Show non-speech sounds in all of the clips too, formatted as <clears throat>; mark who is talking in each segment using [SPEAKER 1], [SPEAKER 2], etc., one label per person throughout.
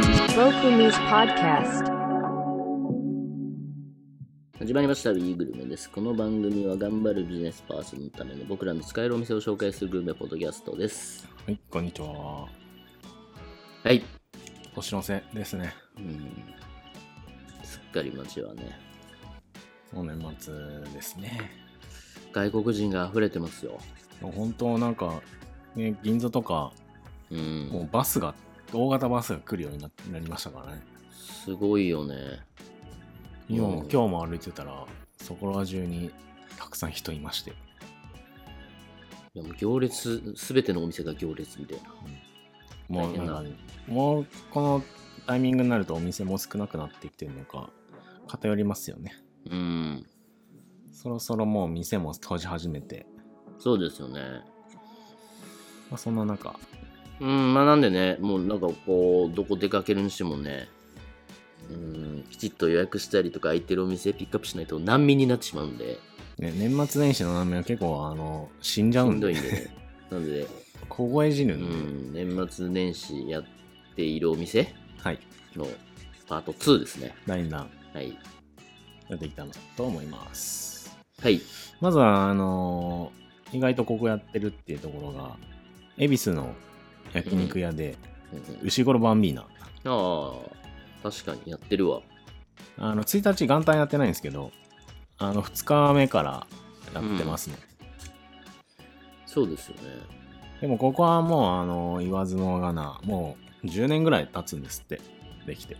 [SPEAKER 1] Tokumi's Podcast.
[SPEAKER 2] 始まりました、ウィーグルメです。この番組は頑張るビジネスパーソンのための僕らの使えるお店を紹介するグルメポッドキャストです。
[SPEAKER 3] はい、こんにちは。
[SPEAKER 2] はい。
[SPEAKER 3] 年の瀬ですね。
[SPEAKER 2] うん。すっかり街はね、
[SPEAKER 3] もう年末ですね。
[SPEAKER 2] 外国人が溢れてますよ。
[SPEAKER 3] もう本当なんか、ね、銀座とか、
[SPEAKER 2] う。
[SPEAKER 3] もうんバスが、大型バスが来るようにななりましたからね。
[SPEAKER 2] すごいよね。
[SPEAKER 3] 今も、
[SPEAKER 2] うん
[SPEAKER 3] 今日も歩いてたら、そこら中にたくさん人いまして。
[SPEAKER 2] いやもう行列、すべてのお店が行列みたいな。
[SPEAKER 3] も
[SPEAKER 2] 大
[SPEAKER 3] う
[SPEAKER 2] 変だ
[SPEAKER 3] なんかもうこのタイミングになるとお店も少なくなってきてるのか、偏りますよね。
[SPEAKER 2] うん。
[SPEAKER 3] そろそろもう店も閉じ始めて、
[SPEAKER 2] そうですよね。
[SPEAKER 3] まあ、そんな中、
[SPEAKER 2] うん、まあなんでね、もうなんかこう、どこ出かけるにしてもね、うん、きちっと予約したりとか空いてるお店ピックアップしないと難民になってしまうんで、
[SPEAKER 3] ね、年末年始のラーメンは結構あの死んじ
[SPEAKER 2] し
[SPEAKER 3] ゃうん
[SPEAKER 2] んど
[SPEAKER 3] で
[SPEAKER 2] いんでね。なんで、
[SPEAKER 3] 凍え死ぬ
[SPEAKER 2] うん
[SPEAKER 3] で、
[SPEAKER 2] ん、年末年始やっているお店
[SPEAKER 3] はい
[SPEAKER 2] のパート2ですね。
[SPEAKER 3] 第2弾
[SPEAKER 2] はい。
[SPEAKER 3] やっていきたいなと思います
[SPEAKER 2] はい。
[SPEAKER 3] まずはあのー意外とここやってるっていうところが恵比寿の焼肉屋で、
[SPEAKER 2] うんうん
[SPEAKER 3] 牛ごろバンビーナ
[SPEAKER 2] ああ、確かにやってるわ。
[SPEAKER 3] あの1日元旦やってないんですけどあの2日目からやってますね、
[SPEAKER 2] そうですよね。
[SPEAKER 3] でもここはもうあの言わずもがなもう10年ぐらい経つんですってできて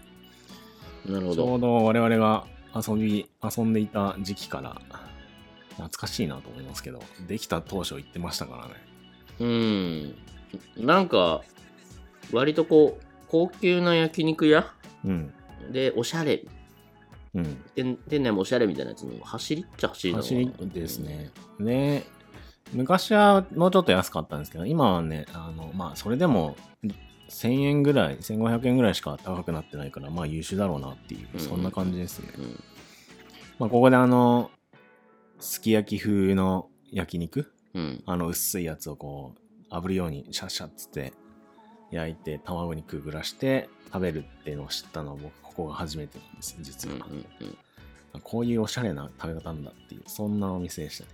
[SPEAKER 2] なるほ
[SPEAKER 3] ちょ
[SPEAKER 2] ど
[SPEAKER 3] う。ど我々が遊び、遊んでいた時期から、懐かしいなと思いますけど、できた当初言ってましたからね。
[SPEAKER 2] うん。なんか、割とこう、高級な焼肉屋
[SPEAKER 3] うん。
[SPEAKER 2] で、おしゃれ
[SPEAKER 3] うん。
[SPEAKER 2] 店店内もおしゃれみたいなやつの走りっちゃ走りなのか
[SPEAKER 3] 走
[SPEAKER 2] な
[SPEAKER 3] りですね。で、昔はもうちょっと安かったんですけど、今はね、あの、まあ、それでも、1000円ぐらい、1500円ぐらいしか高くなってないから、まあ優秀だろうなっていうう、
[SPEAKER 2] ん
[SPEAKER 3] そんな感じですね。
[SPEAKER 2] うん
[SPEAKER 3] まあ、ここであの、すき焼き風の焼肉
[SPEAKER 2] うん
[SPEAKER 3] あの薄いやつをこう炙るようにシャッシャッつって焼いて卵にくぐらして食べるっていうのを知ったのは僕ここが初めてなんです
[SPEAKER 2] う
[SPEAKER 3] 実
[SPEAKER 2] ん
[SPEAKER 3] は、
[SPEAKER 2] うんうん
[SPEAKER 3] こういうおしゃれな食べ方なんだっていうそんなお店でしたね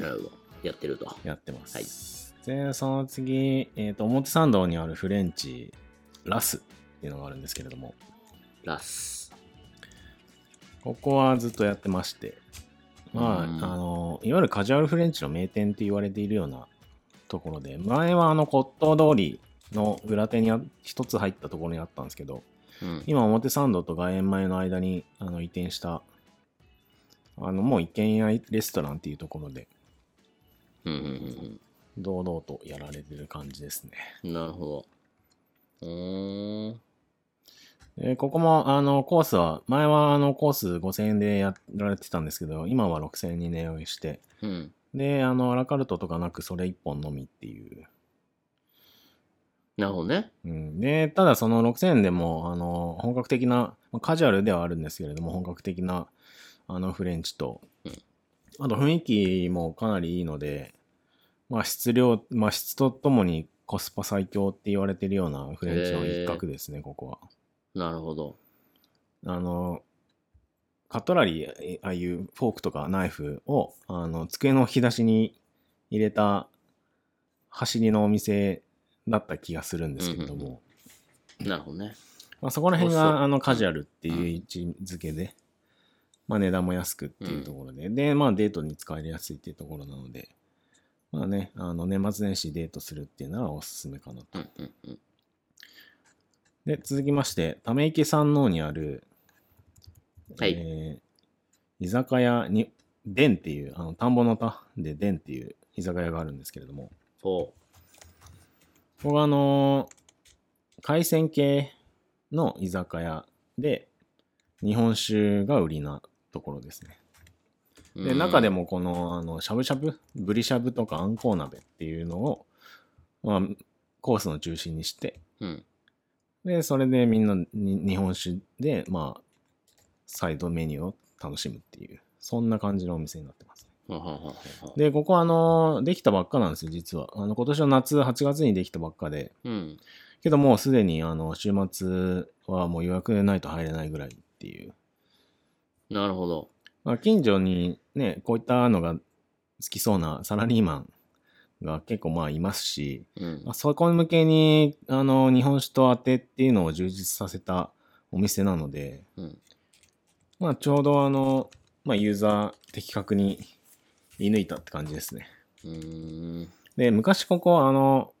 [SPEAKER 2] なるほどやってると
[SPEAKER 3] やってます、でその次、えーと表参道にあるフレンチラスっていうのがあるんですけれども
[SPEAKER 2] ラス
[SPEAKER 3] ここはずっとやってましてまあ、
[SPEAKER 2] うん
[SPEAKER 3] あのいわゆるカジュアルフレンチの名店って言われているようなところで前はあの骨董通りの裏手にあ一つ入ったところにあったんですけど
[SPEAKER 2] うん
[SPEAKER 3] 今表参道と外苑前の間にあの移転したあのもう一軒家レストランっていうところで
[SPEAKER 2] うんうん
[SPEAKER 3] 堂々とやられてる感じですね
[SPEAKER 2] うんなるほどうーん
[SPEAKER 3] でここもあのコースは前はあのコース5000円でやられてたんですけど今は6000円に値上げして
[SPEAKER 2] うん
[SPEAKER 3] であのアラカルトとかなくそれ1本のみっていう
[SPEAKER 2] なるほどね
[SPEAKER 3] うん、で、ただその6000円でも、あの、本格的な、まあカジュアルではあるんですけれども、本格的な、あの、フレンチと
[SPEAKER 2] うん、
[SPEAKER 3] あと雰囲気もかなりいいので、まあ、質量、まあ、質とともにコスパ最強って言われてるようなフレンチの一角ですね、ここ
[SPEAKER 2] なるほど
[SPEAKER 3] は。あの、カトラリー、えああいうフォークとかナイフを、あの、机の引き出しに入れた、走りのお店だった気がするんですけれども、
[SPEAKER 2] うんうんなるほどね
[SPEAKER 3] まあ、そこら辺
[SPEAKER 2] 美味しそ
[SPEAKER 3] が
[SPEAKER 2] う
[SPEAKER 3] あのカジュアルっていう位置づけで、まあ、値段も安くっていうところで、で、まあ、デートに使いやすいっていうところなので、まあね、あの年末年始デートするっていうのはおすすめかなと。
[SPEAKER 2] うんうんうん
[SPEAKER 3] で、続きまして、ため池山王にある、
[SPEAKER 2] はい
[SPEAKER 3] えー居酒屋に、でんっていう、あの田んぼの田ででんっていう居酒屋があるんですけれども、
[SPEAKER 2] そ
[SPEAKER 3] 僕はあのー海鮮系の居酒屋で日本酒が売りなところですね。
[SPEAKER 2] う
[SPEAKER 3] で、中でもこの、あの、しゃぶしゃぶ、ぶりしゃぶとかあんこう鍋っていうのを、まあ、コースの中心にして、
[SPEAKER 2] うん
[SPEAKER 3] で、それでみんなに日本酒で、まあ、サイドメニューを楽しむっていう、そんな感じのお店になってますね。
[SPEAKER 2] ははははは
[SPEAKER 3] で、ここあの、できたばっかなんですよ、実は。あの、今年の夏、8月にできたばっかで。
[SPEAKER 2] うん。
[SPEAKER 3] けどもうすでに、あの、週末はもう予約でないと入れないぐらいっていう。
[SPEAKER 2] なるほど。
[SPEAKER 3] まあ、近所にね、こういったのが好きそうなサラリーマンが結構まあいますし、
[SPEAKER 2] うん
[SPEAKER 3] まあ、。そこ向けに、あの、日本酒とあてっていうのを充実させたお店なので、
[SPEAKER 2] うん
[SPEAKER 3] まあ、ちょうどあの、まあ、ユーザー的確に射抜いたって感じですね。
[SPEAKER 2] うーん。
[SPEAKER 3] で、昔ここ、あの、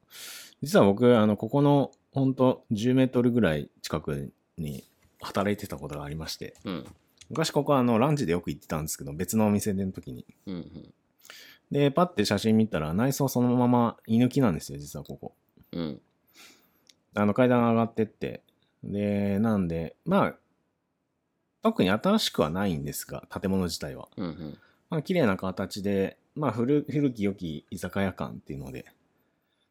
[SPEAKER 3] 実は僕、あの、ここの、ほんと10メートルぐらい近くに働いてたことがありまして、
[SPEAKER 2] うん。
[SPEAKER 3] 昔ここ、あの、ランチでよく行ってたんですけど、別のお店での時に。
[SPEAKER 2] うんうん。
[SPEAKER 3] で、パッて写真見たら、内装そのまま居抜きなんですよ、実はここ。
[SPEAKER 2] うん。
[SPEAKER 3] あの、階段上がってって。で、なんで、まあ、特に新しくはないんですが、建物自体は。
[SPEAKER 2] うんうん。
[SPEAKER 3] まあ、綺麗な形で、まあ古、古き良き居酒屋感っていうので、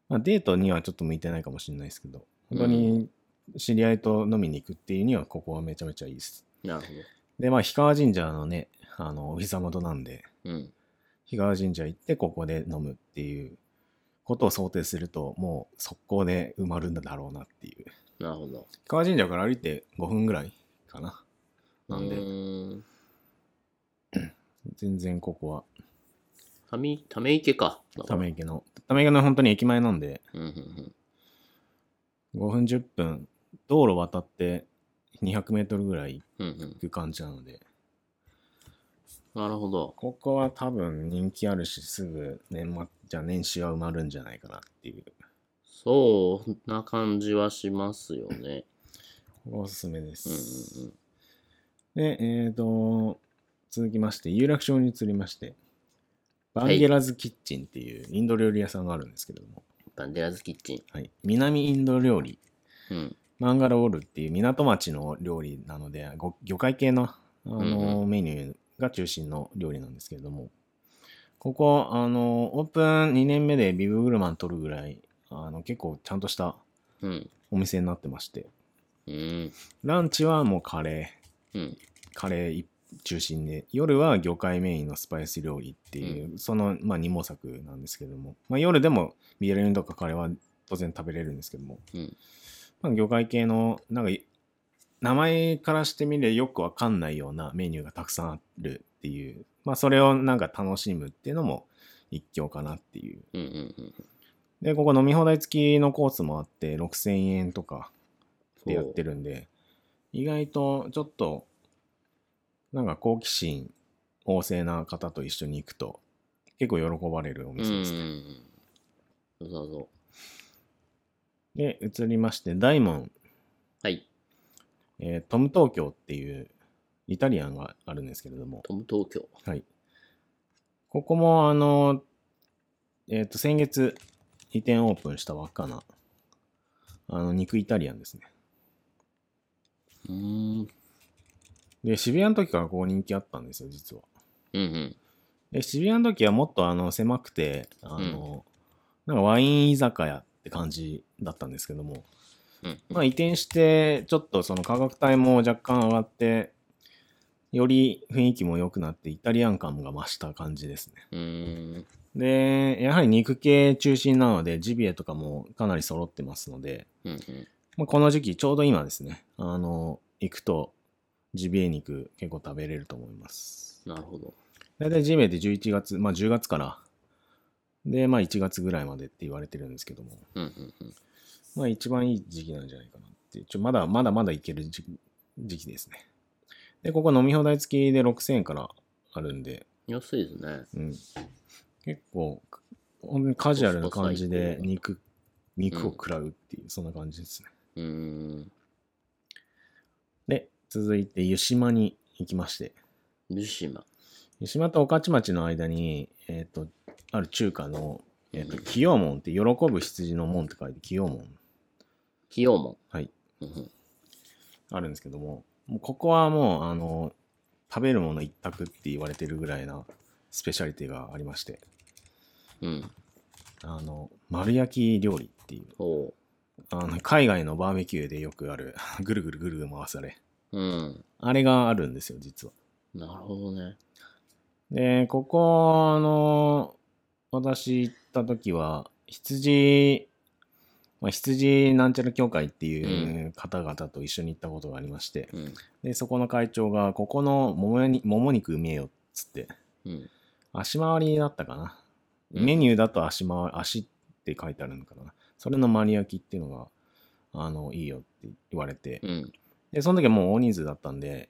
[SPEAKER 3] まあ、デートにはちょっと向いてないかもしれないですけど、本当に知り合いと飲みに行くっていうには、ここはめちゃめちゃいいです。
[SPEAKER 2] なるほ
[SPEAKER 3] で、まあ、氷川神社のね、あの、お膝元なんで、
[SPEAKER 2] ど。うん。
[SPEAKER 3] 氷川神社行って、ここで飲むっていうことを想定すると、もう速攻で埋まるんだろうなっていう。
[SPEAKER 2] なるほど。
[SPEAKER 3] 氷川神社から歩いて5分ぐらいかな。なん
[SPEAKER 2] う
[SPEAKER 3] で、
[SPEAKER 2] ーん
[SPEAKER 3] 全然ここは、
[SPEAKER 2] ため、ため池か。
[SPEAKER 3] ため池の、ため池の本当に駅前なんで、
[SPEAKER 2] うんうんうん。
[SPEAKER 3] 5分10分道路渡って200メートルぐらい
[SPEAKER 2] うんうん。
[SPEAKER 3] 行く感じなので
[SPEAKER 2] なるほど。
[SPEAKER 3] ここは多分人気あるしすぐ年末じゃ年始は埋まるんじゃないかなっていう
[SPEAKER 2] そんな感じはしますよね。
[SPEAKER 3] ここおすすめで
[SPEAKER 2] うん
[SPEAKER 3] す、
[SPEAKER 2] うんうん。
[SPEAKER 3] でえーと続きまして有楽町に移りましてバンゲラズキッチンっていうインド料理屋さんがあるんですけれども、
[SPEAKER 2] バンデラーズキッチン。
[SPEAKER 3] はい、南インド料理
[SPEAKER 2] うん。
[SPEAKER 3] マンガロールっていう港町の料理なのでご魚介系のあ
[SPEAKER 2] うん
[SPEAKER 3] のメニューが中心の料理なんですけれども、ここあのオープン2年目でビブグルマン取るぐらいあの結構ちゃんとした
[SPEAKER 2] うん。
[SPEAKER 3] お店になってまして
[SPEAKER 2] うん。
[SPEAKER 3] ランチはもうカレ
[SPEAKER 2] うん。
[SPEAKER 3] ーカレー中心で夜は魚介メインのスパイス料理っていう、その、まあ、二毛作なんですけども、まあ、夜でもビエルンとかカレーは当然食べれるんですけども、
[SPEAKER 2] うん。
[SPEAKER 3] まあ、魚介系のなんかい名前からしてみればよくわかんないようなメニューがたくさんあるっていう、まあ、それをなんか楽しむっていうのも一興かなっていう
[SPEAKER 2] うんうんうん。
[SPEAKER 3] でここ飲み放題付きのコースもあって6000円とかでやって
[SPEAKER 2] る。
[SPEAKER 3] るんで意外とちょっとなんか好奇心旺盛な方と一緒に行くと結構喜ばれるお
[SPEAKER 2] うんう
[SPEAKER 3] 店ですね、
[SPEAKER 2] んうん。そうそうそう。
[SPEAKER 3] で移りましてダイモン
[SPEAKER 2] はい。
[SPEAKER 3] えートム東京っていうイタリアンがあるんですけれども、
[SPEAKER 2] トム東京。
[SPEAKER 3] はい。ここも、あの、えっ、と、先月移転オープンしたばっかな、あの、肉イタリアンですね。
[SPEAKER 2] うーん。
[SPEAKER 3] で、渋谷の時からここ人気あったんですよ、実は。
[SPEAKER 2] うんうん。
[SPEAKER 3] で、渋谷の時はもっと、あの、狭くて、あの、なんかワイン居酒屋って感じだったんですけども、
[SPEAKER 2] うんうん。
[SPEAKER 3] まあ、移転して、ちょっとその価格帯も若干上がって、より雰囲気も良くなって、イタリアン感が増した感じですね。
[SPEAKER 2] うーん。
[SPEAKER 3] で、やはり肉系中心なので、ジビエとかもかなり揃ってますので、
[SPEAKER 2] うんうん。
[SPEAKER 3] まあ、この時期、ちょうど今ですね、あの、行くと、ジビエ肉結構食べれると思います。
[SPEAKER 2] なるほど。
[SPEAKER 3] だいたいジビエって11月、まあ10月から、で、まあ1月ぐらいまでって言われてるんですけども、
[SPEAKER 2] うんうんうん。
[SPEAKER 3] まあ一番いい時期なんじゃないかなっていう。ちょ、まだまだまだいける時期時期ですね。で、ここ飲み放題付きで6000円からあるんで、
[SPEAKER 2] 安いですね。
[SPEAKER 3] うん。結構、ほんとにカジュアルな感じ
[SPEAKER 2] コスト最
[SPEAKER 3] で
[SPEAKER 2] 高
[SPEAKER 3] 肉、肉を食らうっていう、そんな感じですね。
[SPEAKER 2] うーん。
[SPEAKER 3] で、続いて湯島に行きまして、
[SPEAKER 2] 湯島。
[SPEAKER 3] 湯島と御徒町の間に、えっ、と、ある中華の、えっ、と、清門って、喜ぶ羊の門って書いて、清門。
[SPEAKER 2] 清門。
[SPEAKER 3] はい。
[SPEAKER 2] うんうん。
[SPEAKER 3] あるんですけども、もうここはもう、あの、食べるもの一択って言われてるぐらいなスペシャリティがありまして、
[SPEAKER 2] うん。
[SPEAKER 3] あの、丸焼き料理っていう、
[SPEAKER 2] そ
[SPEAKER 3] あの、海外のバーベキューでよくある、ぐるぐるぐるぐる回すあれ。
[SPEAKER 2] う。うん。
[SPEAKER 3] あれがあるんですよ、実は。
[SPEAKER 2] なるほどね。
[SPEAKER 3] で、ここ、あの、私行った時は、羊、まあ、羊なんちゃら協会っていう方々と一緒に行ったことがありまして、
[SPEAKER 2] うん。
[SPEAKER 3] で、そこの会長が、ここのももにもも肉うめえよっつって、
[SPEAKER 2] うん。
[SPEAKER 3] 足回りだったかな。
[SPEAKER 2] うん
[SPEAKER 3] メニューだと足回り、足って書いてあるのかな。それの丸焼きっていうのが、あの、いいよって言われて、
[SPEAKER 2] うん。
[SPEAKER 3] で、その時はもう大人数だったんで、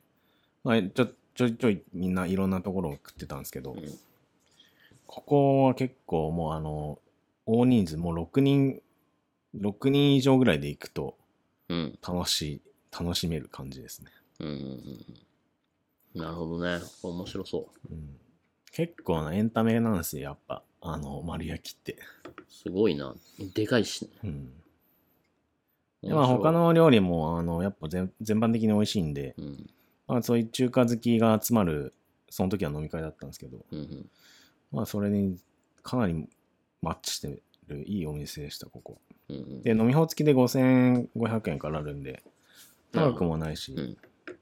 [SPEAKER 3] まあ、ちょ、ちょいちょいみんないろんなところを食ってたんですけど、
[SPEAKER 2] うん
[SPEAKER 3] ここは結構もうあの、大人数、もう6人、6人以上ぐらいで行くと
[SPEAKER 2] うん。
[SPEAKER 3] 楽しい、楽しめる感じですね。
[SPEAKER 2] うんうん。なるほどね。面白そ
[SPEAKER 3] うん、結構なエンタメなんですよ、やっぱ。あの、丸焼きって。
[SPEAKER 2] う。すごいな。でかいしね。
[SPEAKER 3] うん。で
[SPEAKER 2] 面
[SPEAKER 3] まあ
[SPEAKER 2] 白い
[SPEAKER 3] 他。の料理も、あの、やっぱ全全般的に美味しいんで、
[SPEAKER 2] うん。
[SPEAKER 3] まあそういう中華好きが集まる、その時は飲み会だったんですけど、
[SPEAKER 2] うんうん。
[SPEAKER 3] まあそれにかなりマッチしてるいいお店でした、ここ。
[SPEAKER 2] うんうん
[SPEAKER 3] で、飲み放付きで5500円からあるんで、高くもないし、
[SPEAKER 2] うん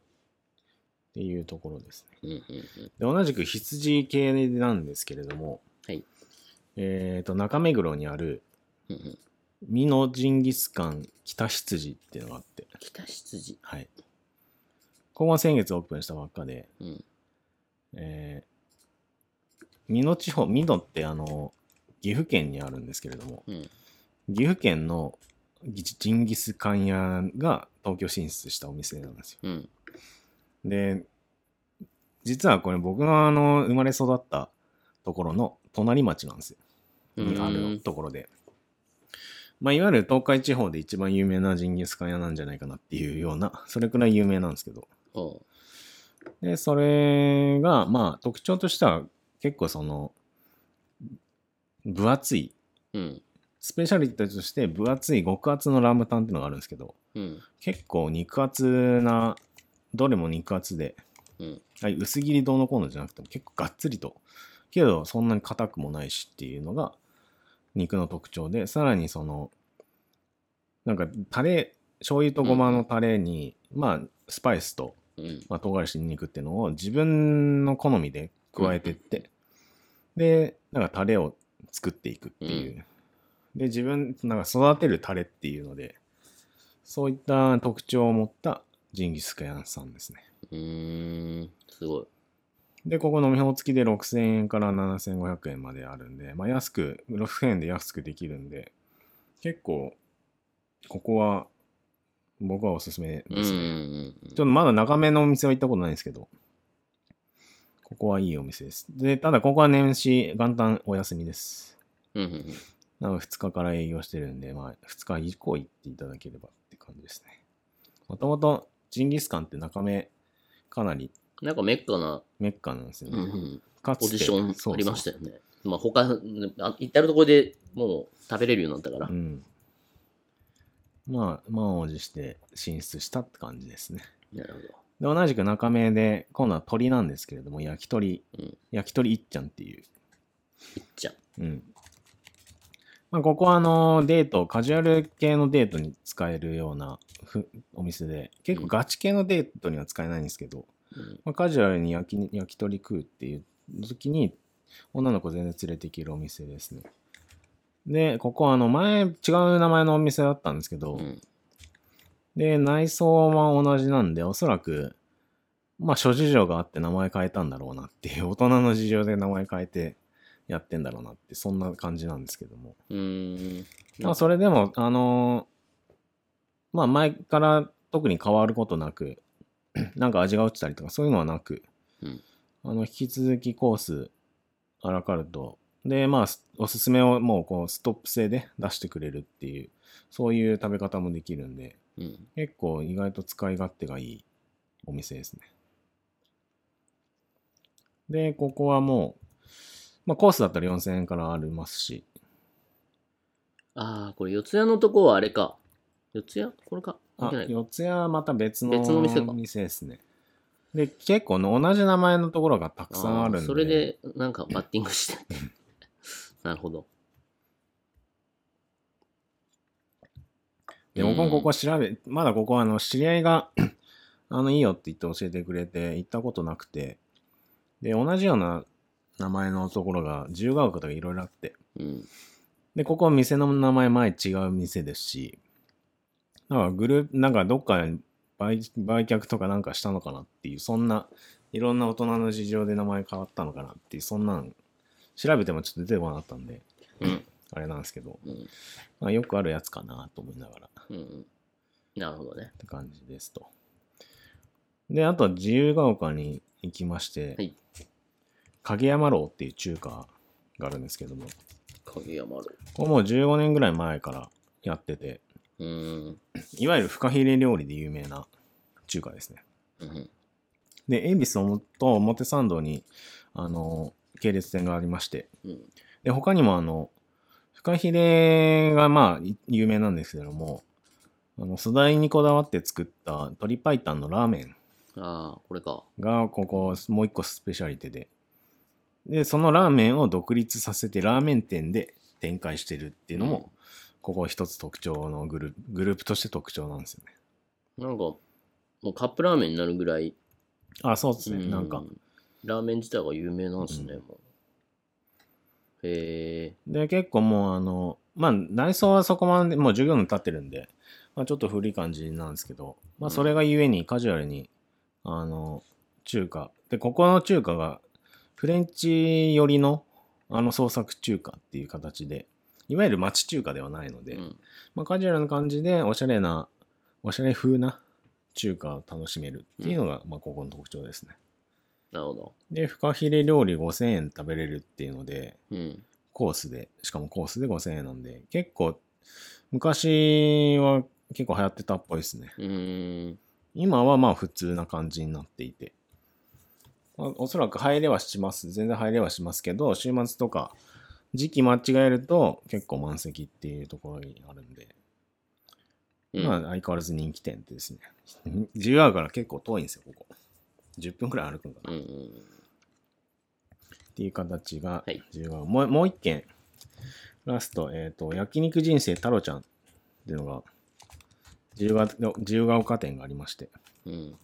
[SPEAKER 3] っていうところですね。
[SPEAKER 2] うんうん
[SPEAKER 3] で、同じく羊系なんですけれども、
[SPEAKER 2] はい
[SPEAKER 3] えっ、と、中目黒にある、
[SPEAKER 2] うんうん。
[SPEAKER 3] 美濃ジンギスカン北羊っていうのがあって、
[SPEAKER 2] 北羊。
[SPEAKER 3] はい。ここは先月オープンしたばっかで、
[SPEAKER 2] うん。
[SPEAKER 3] えー、美濃地方、美濃ってあの、岐阜県にあるんですけれども、
[SPEAKER 2] うん。
[SPEAKER 3] 岐阜県のギチジンギスカン屋が東京進出したお店なんですよ。
[SPEAKER 2] うん。
[SPEAKER 3] で、実はこれ僕があの、生まれ育ったところの隣町なんですよ。にあ
[SPEAKER 2] う
[SPEAKER 3] る
[SPEAKER 2] ん
[SPEAKER 3] ところで。まあ、いわゆる東海地方で一番有名なジンギスカン屋なんじゃないかなっていうような、それくらい有名なんですけど。
[SPEAKER 2] おう
[SPEAKER 3] で、それが、まあ、特徴としては、結構その、分厚い、
[SPEAKER 2] うん。
[SPEAKER 3] スペシャリティとして分厚い極厚のラムタンっていうのがあるんですけど、
[SPEAKER 2] うん。
[SPEAKER 3] 結構肉厚な、どれも肉厚で、
[SPEAKER 2] うん。
[SPEAKER 3] はい、薄切りどうのこうのじゃなくても結構がっつりと、けどそんなに硬くもないしっていうのが肉の特徴で、さらにその、なんかタレ、醤油とごまのタレに、まあ、スパイスと、
[SPEAKER 2] うん。
[SPEAKER 3] まあ、唐辛子にんにくっていうのを自分の好みで加えてって、で、なんかタレを作っていくっていう。で、自分、なんか育てるタレっていうので、そういった特徴を持ったジンギスカン屋さんですね。
[SPEAKER 2] うーん。すごい。
[SPEAKER 3] で、ここ飲み放付きで6000円から7500円まであるんで、まあ安く、6000円で安くできるんで、結構、ここは、僕はおすすめ
[SPEAKER 2] うんう
[SPEAKER 3] で
[SPEAKER 2] ん
[SPEAKER 3] す
[SPEAKER 2] う
[SPEAKER 3] ね。
[SPEAKER 2] んうん。
[SPEAKER 3] ちょっとまだ長めのお店は行ったことないんですけど、ここはいいお店です。で、ただここは年始、元旦お休みです。
[SPEAKER 2] うんうんうん。
[SPEAKER 3] なので2日から営業してるんで、まあ2日以降行っていただければって感じですね。もともとジンギスカンって中目、かなり
[SPEAKER 2] なんかメッカな、
[SPEAKER 3] メッカなんですよ
[SPEAKER 2] うんう
[SPEAKER 3] ね。
[SPEAKER 2] ん、
[SPEAKER 3] か
[SPEAKER 2] ポ
[SPEAKER 3] つて
[SPEAKER 2] ジショ
[SPEAKER 3] そ
[SPEAKER 2] ン
[SPEAKER 3] う
[SPEAKER 2] あ
[SPEAKER 3] そう
[SPEAKER 2] りましたよね。まあ他、あ至るところでもう食べれるようになったから。
[SPEAKER 3] うん。まあ、満を持して進出したって感じですね。
[SPEAKER 2] なるほど。
[SPEAKER 3] で、同じく中目で、今度は鳥なんですけれども、焼き鳥、
[SPEAKER 2] うん
[SPEAKER 3] 焼き鳥いっちゃんっていう。
[SPEAKER 2] いっちゃん。
[SPEAKER 3] うん。まあ、ここは、あの、デート、カジュアル系のデートに使えるようなふお店で、結構ガチ系のデートには使えないんですけど、
[SPEAKER 2] うん
[SPEAKER 3] まあ、カジュアルに焼き焼き鳥食うっていう時に女の子全然連れて行けるお店ですね。で、ここはあの前違う名前のお店だったんですけど、
[SPEAKER 2] うん
[SPEAKER 3] で、内装は同じなんで、おそらく、まあ諸事情があって名前変えたんだろうなっていう、大人の事情で名前変えてやってんだろうなって、そんな感じなんですけども。
[SPEAKER 2] うーん。
[SPEAKER 3] まあそれでも、あのーまあ前から特に変わることなく、 <clears throat> なんか味が落ちたりとかそういうのはなく、
[SPEAKER 2] うん
[SPEAKER 3] あの、引き続きコース、アラカルト。で、まあ、すおすすめをもうこう、ストップ制で出してくれるっていう、そういう食べ方もできるんで、
[SPEAKER 2] うん。
[SPEAKER 3] 結構意外と使い勝手がいいお店ですね。で、ここはもう、まあコースだったら4000円からありますし、
[SPEAKER 2] ああ、これ四ツ谷のとこはあれか。四ツ谷これか。
[SPEAKER 3] あ
[SPEAKER 2] 関係ない、
[SPEAKER 3] 四ツ谷はまた別の
[SPEAKER 2] 別の店か
[SPEAKER 3] ですね。で、結構の同じ名前のところがたく
[SPEAKER 2] ー
[SPEAKER 3] さんあるんで。
[SPEAKER 2] それで、なんかバッティングして。 <laughs> なるほど。
[SPEAKER 3] で、僕もここ調べ、まだここはあの、知り合いが、 <laughs> あの、いいよって言って教えてくれて、行ったことなくて、で、同じような名前のところが自由が丘とかいろいろあって。
[SPEAKER 2] うん。
[SPEAKER 3] で、ここは店の名前前違う店ですし、なんかグループ、なんかどっかに売売却とかなんかしたのかなっていう、そんな、いろんな大人の事情で名前変わったのかなっていう、そんなん、調べてもちょっと出てこなかったんで、
[SPEAKER 2] うん。
[SPEAKER 3] あれなんですけど、
[SPEAKER 2] うん
[SPEAKER 3] まあ、よくあるやつかなと思いながらっ
[SPEAKER 2] うん。なるほどね。
[SPEAKER 3] て感じですと。で、あとは自由が丘に行きまして、
[SPEAKER 2] はい
[SPEAKER 3] 影山楼っていう中華があるんですけども、
[SPEAKER 2] 影山楼。
[SPEAKER 3] これもう15年ぐらい前からやってて、
[SPEAKER 2] うーん。
[SPEAKER 3] いわゆるフカヒレ料理で有名な中華ですね。
[SPEAKER 2] うん。
[SPEAKER 3] で、恵比寿と表参道に、あの、系列店がありまして、
[SPEAKER 2] うん。
[SPEAKER 3] で、他にもあの、フカヒレがまあ、い有名なんですけども、あの、素材にこだわって作った鶏白湯のラーメン
[SPEAKER 2] ああ、これか。
[SPEAKER 3] が、ここ、もう一個スペシャリテで、で、そのラーメンを独立させて、ラーメン店で展開してるっていうのも、ここ一つ特徴のグループ、グループとして特徴なんですよね。
[SPEAKER 2] なんか、もうカップラーメンになるぐらい、
[SPEAKER 3] あ、そうですね。
[SPEAKER 2] う
[SPEAKER 3] なんか、
[SPEAKER 2] ラーメン自体が有名なんですね、
[SPEAKER 3] うん
[SPEAKER 2] もう。へえ。
[SPEAKER 3] で、結構もうあの、まあ、内装はそこまで、もう授業に経ってるんで、まあ、ちょっと古い感じなんですけど、まあ、それがゆえにカジュアルに、あの、中華。で、ここの中華が、フレンチ寄りの、あの、創作中華っていう形で、いわゆる町中華ではないので、
[SPEAKER 2] うん。
[SPEAKER 3] まあ、カジュアルな感じで、おしゃれな、おしゃれ風な中華を楽しめるっていうのが、まあ、ここの特徴ですね。
[SPEAKER 2] なるほど。
[SPEAKER 3] で、フカヒレ料理5000円食べれるっていうので、
[SPEAKER 2] うん。
[SPEAKER 3] コースで、しかもコースで5000円なんで、結構、昔は結構流行ってたっぽいですね。
[SPEAKER 2] うーん。
[SPEAKER 3] 今はまあ普通な感じになっていて。まあおそらく入れはします。全然入れはしますけど、週末とか、時期間違えると結構満席っていうところになるんで、
[SPEAKER 2] うん
[SPEAKER 3] まあ相変わらず人気店ってですね。 <laughs> 自由が丘から結構遠いんですよ、ここ。10分くらい歩くんかな。
[SPEAKER 2] うんう
[SPEAKER 3] っ
[SPEAKER 2] ん。
[SPEAKER 3] ていう形が
[SPEAKER 2] はい、
[SPEAKER 3] 自由が丘もうもう一軒、ラスト、えっ、と、焼肉人生太郎ちゃんっていうのが、自由が自由が丘店がありまして、
[SPEAKER 2] うん。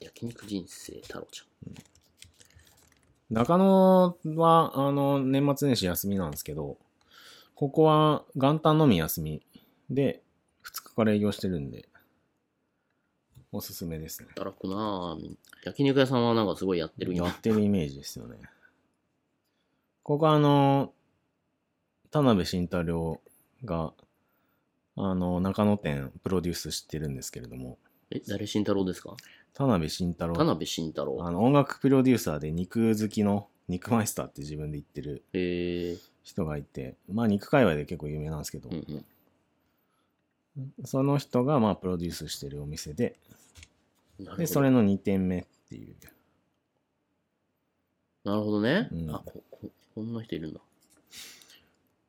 [SPEAKER 2] 焼肉人生太郎ち
[SPEAKER 3] 中野は、あの、年末年始休みなんですけど、ここは元旦のみ休みで、2日から営業してるんで、おすすめですね。
[SPEAKER 2] ゃん。働くなぁ。焼肉屋さんはなんかすごいやってる
[SPEAKER 3] や
[SPEAKER 2] 今
[SPEAKER 3] っ。てるイメージですよね。ここはあの、田辺慎太郎が、あの、中野店プロデュースしてるんですけれども、
[SPEAKER 2] え、誰慎太郎ですか
[SPEAKER 3] 田辺慎太郎
[SPEAKER 2] 田辺慎太郎
[SPEAKER 3] あ。の音楽プロデューサーで肉好きの肉マイスターって自分で言ってる
[SPEAKER 2] へえ。
[SPEAKER 3] 人がいて、まあ肉界隈で結構有名なんですけど、
[SPEAKER 2] うんうん。
[SPEAKER 3] その人がまあプロデュースしてるお店で、
[SPEAKER 2] なるほど
[SPEAKER 3] で、それの2店目っていう。
[SPEAKER 2] なるほどね。
[SPEAKER 3] うん
[SPEAKER 2] あここ、こんな人いるんだ。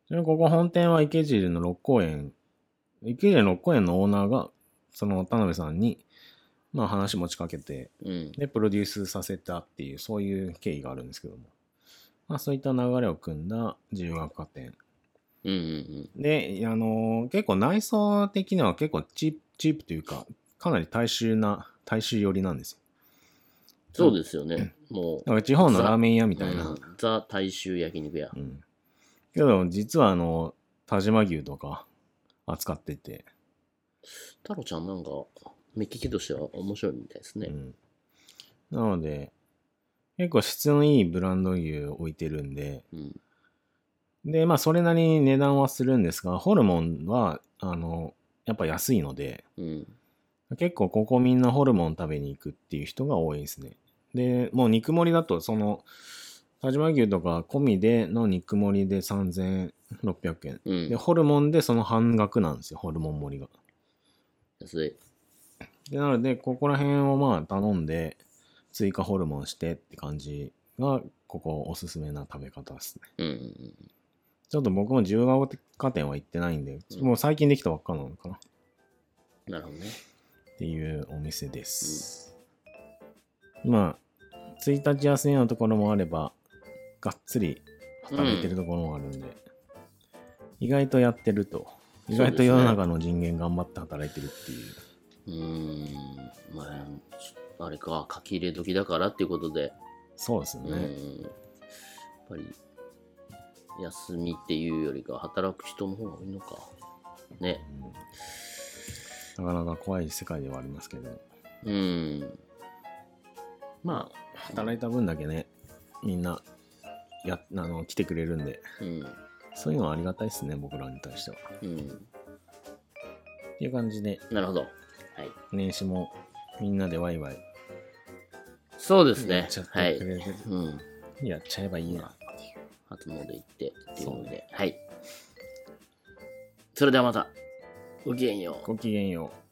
[SPEAKER 3] ちなみにここ本店は池尻の六公園、池尻の六公園のオーナーが、その田辺さんに、まあ話持ちかけて、
[SPEAKER 2] うん。
[SPEAKER 3] で、プロデュースさせたっていう、そういう経緯があるんですけども。まあそういった流れを組んだ自由が丘店。
[SPEAKER 2] うんうん
[SPEAKER 3] で、あのー結構内装的には結構チープ、チープというか、かなり大衆な、大衆寄りなんですよ。
[SPEAKER 2] そうですよね。もう
[SPEAKER 3] だ、から地方のラーメン屋みたいな。
[SPEAKER 2] うんザ大衆焼肉屋
[SPEAKER 3] う。ん。けど、実はあの、田島牛とか扱ってて、
[SPEAKER 2] 太郎ちゃんなんか、目利きとしては面白いみたいですね
[SPEAKER 3] う。ん。なので、結構質のいいブランド牛を置いてるんで、
[SPEAKER 2] うん。
[SPEAKER 3] で、まあ、それなりに値段はするんですが、ホルモンは、あの、やっぱ安いので、
[SPEAKER 2] うん。
[SPEAKER 3] 結構ここみんなホルモン食べに行くっていう人が多いですね。で、もう肉盛りだと、その、田島牛とか込みでの肉盛りで3600円。
[SPEAKER 2] うん
[SPEAKER 3] で、。ホルモンでその半額なんですよ、ホルモン盛りが。
[SPEAKER 2] 安い。
[SPEAKER 3] で、なので、ここら辺をまあ頼んで、追加ホルモンしてって感じが、ここおすすめな食べ方ですね。
[SPEAKER 2] うんうんうん。
[SPEAKER 3] ちょっと僕も自由が丘店は行ってないんで、
[SPEAKER 2] うん
[SPEAKER 3] もう最近できたばっかなのかな
[SPEAKER 2] なるほどね。
[SPEAKER 3] っていうお店です。まあ、1日休みのところもあれば、がっつり働いてるところもあるんで、意外とやってると。意外と世の中の人間頑張って働いてるっていう。
[SPEAKER 2] うーん。まあ、あれか、書き入れ時だからっていうことで。
[SPEAKER 3] そうですよ
[SPEAKER 2] う
[SPEAKER 3] ね。
[SPEAKER 2] ん。ぱり休みっていうよりかは働く人の方が多いのかね
[SPEAKER 3] なかなか怖い世界ではありますけど、
[SPEAKER 2] うんまあ
[SPEAKER 3] 働いた分だけね、みんな、や、あの、来てくれるんで、
[SPEAKER 2] うん
[SPEAKER 3] そういうのはありがたいですね、僕らに対しては。
[SPEAKER 2] うん
[SPEAKER 3] っていう感じで、
[SPEAKER 2] なるほどはい
[SPEAKER 3] 年始もみんなでワイワイ
[SPEAKER 2] そうです
[SPEAKER 3] や
[SPEAKER 2] ね
[SPEAKER 3] っちゃっ
[SPEAKER 2] は
[SPEAKER 3] て
[SPEAKER 2] い
[SPEAKER 3] くれる、
[SPEAKER 2] うん
[SPEAKER 3] やっちゃえばいいな。
[SPEAKER 2] 初詣行ってっていうのではいそれではまたごきげんよう
[SPEAKER 3] ごきげんよう。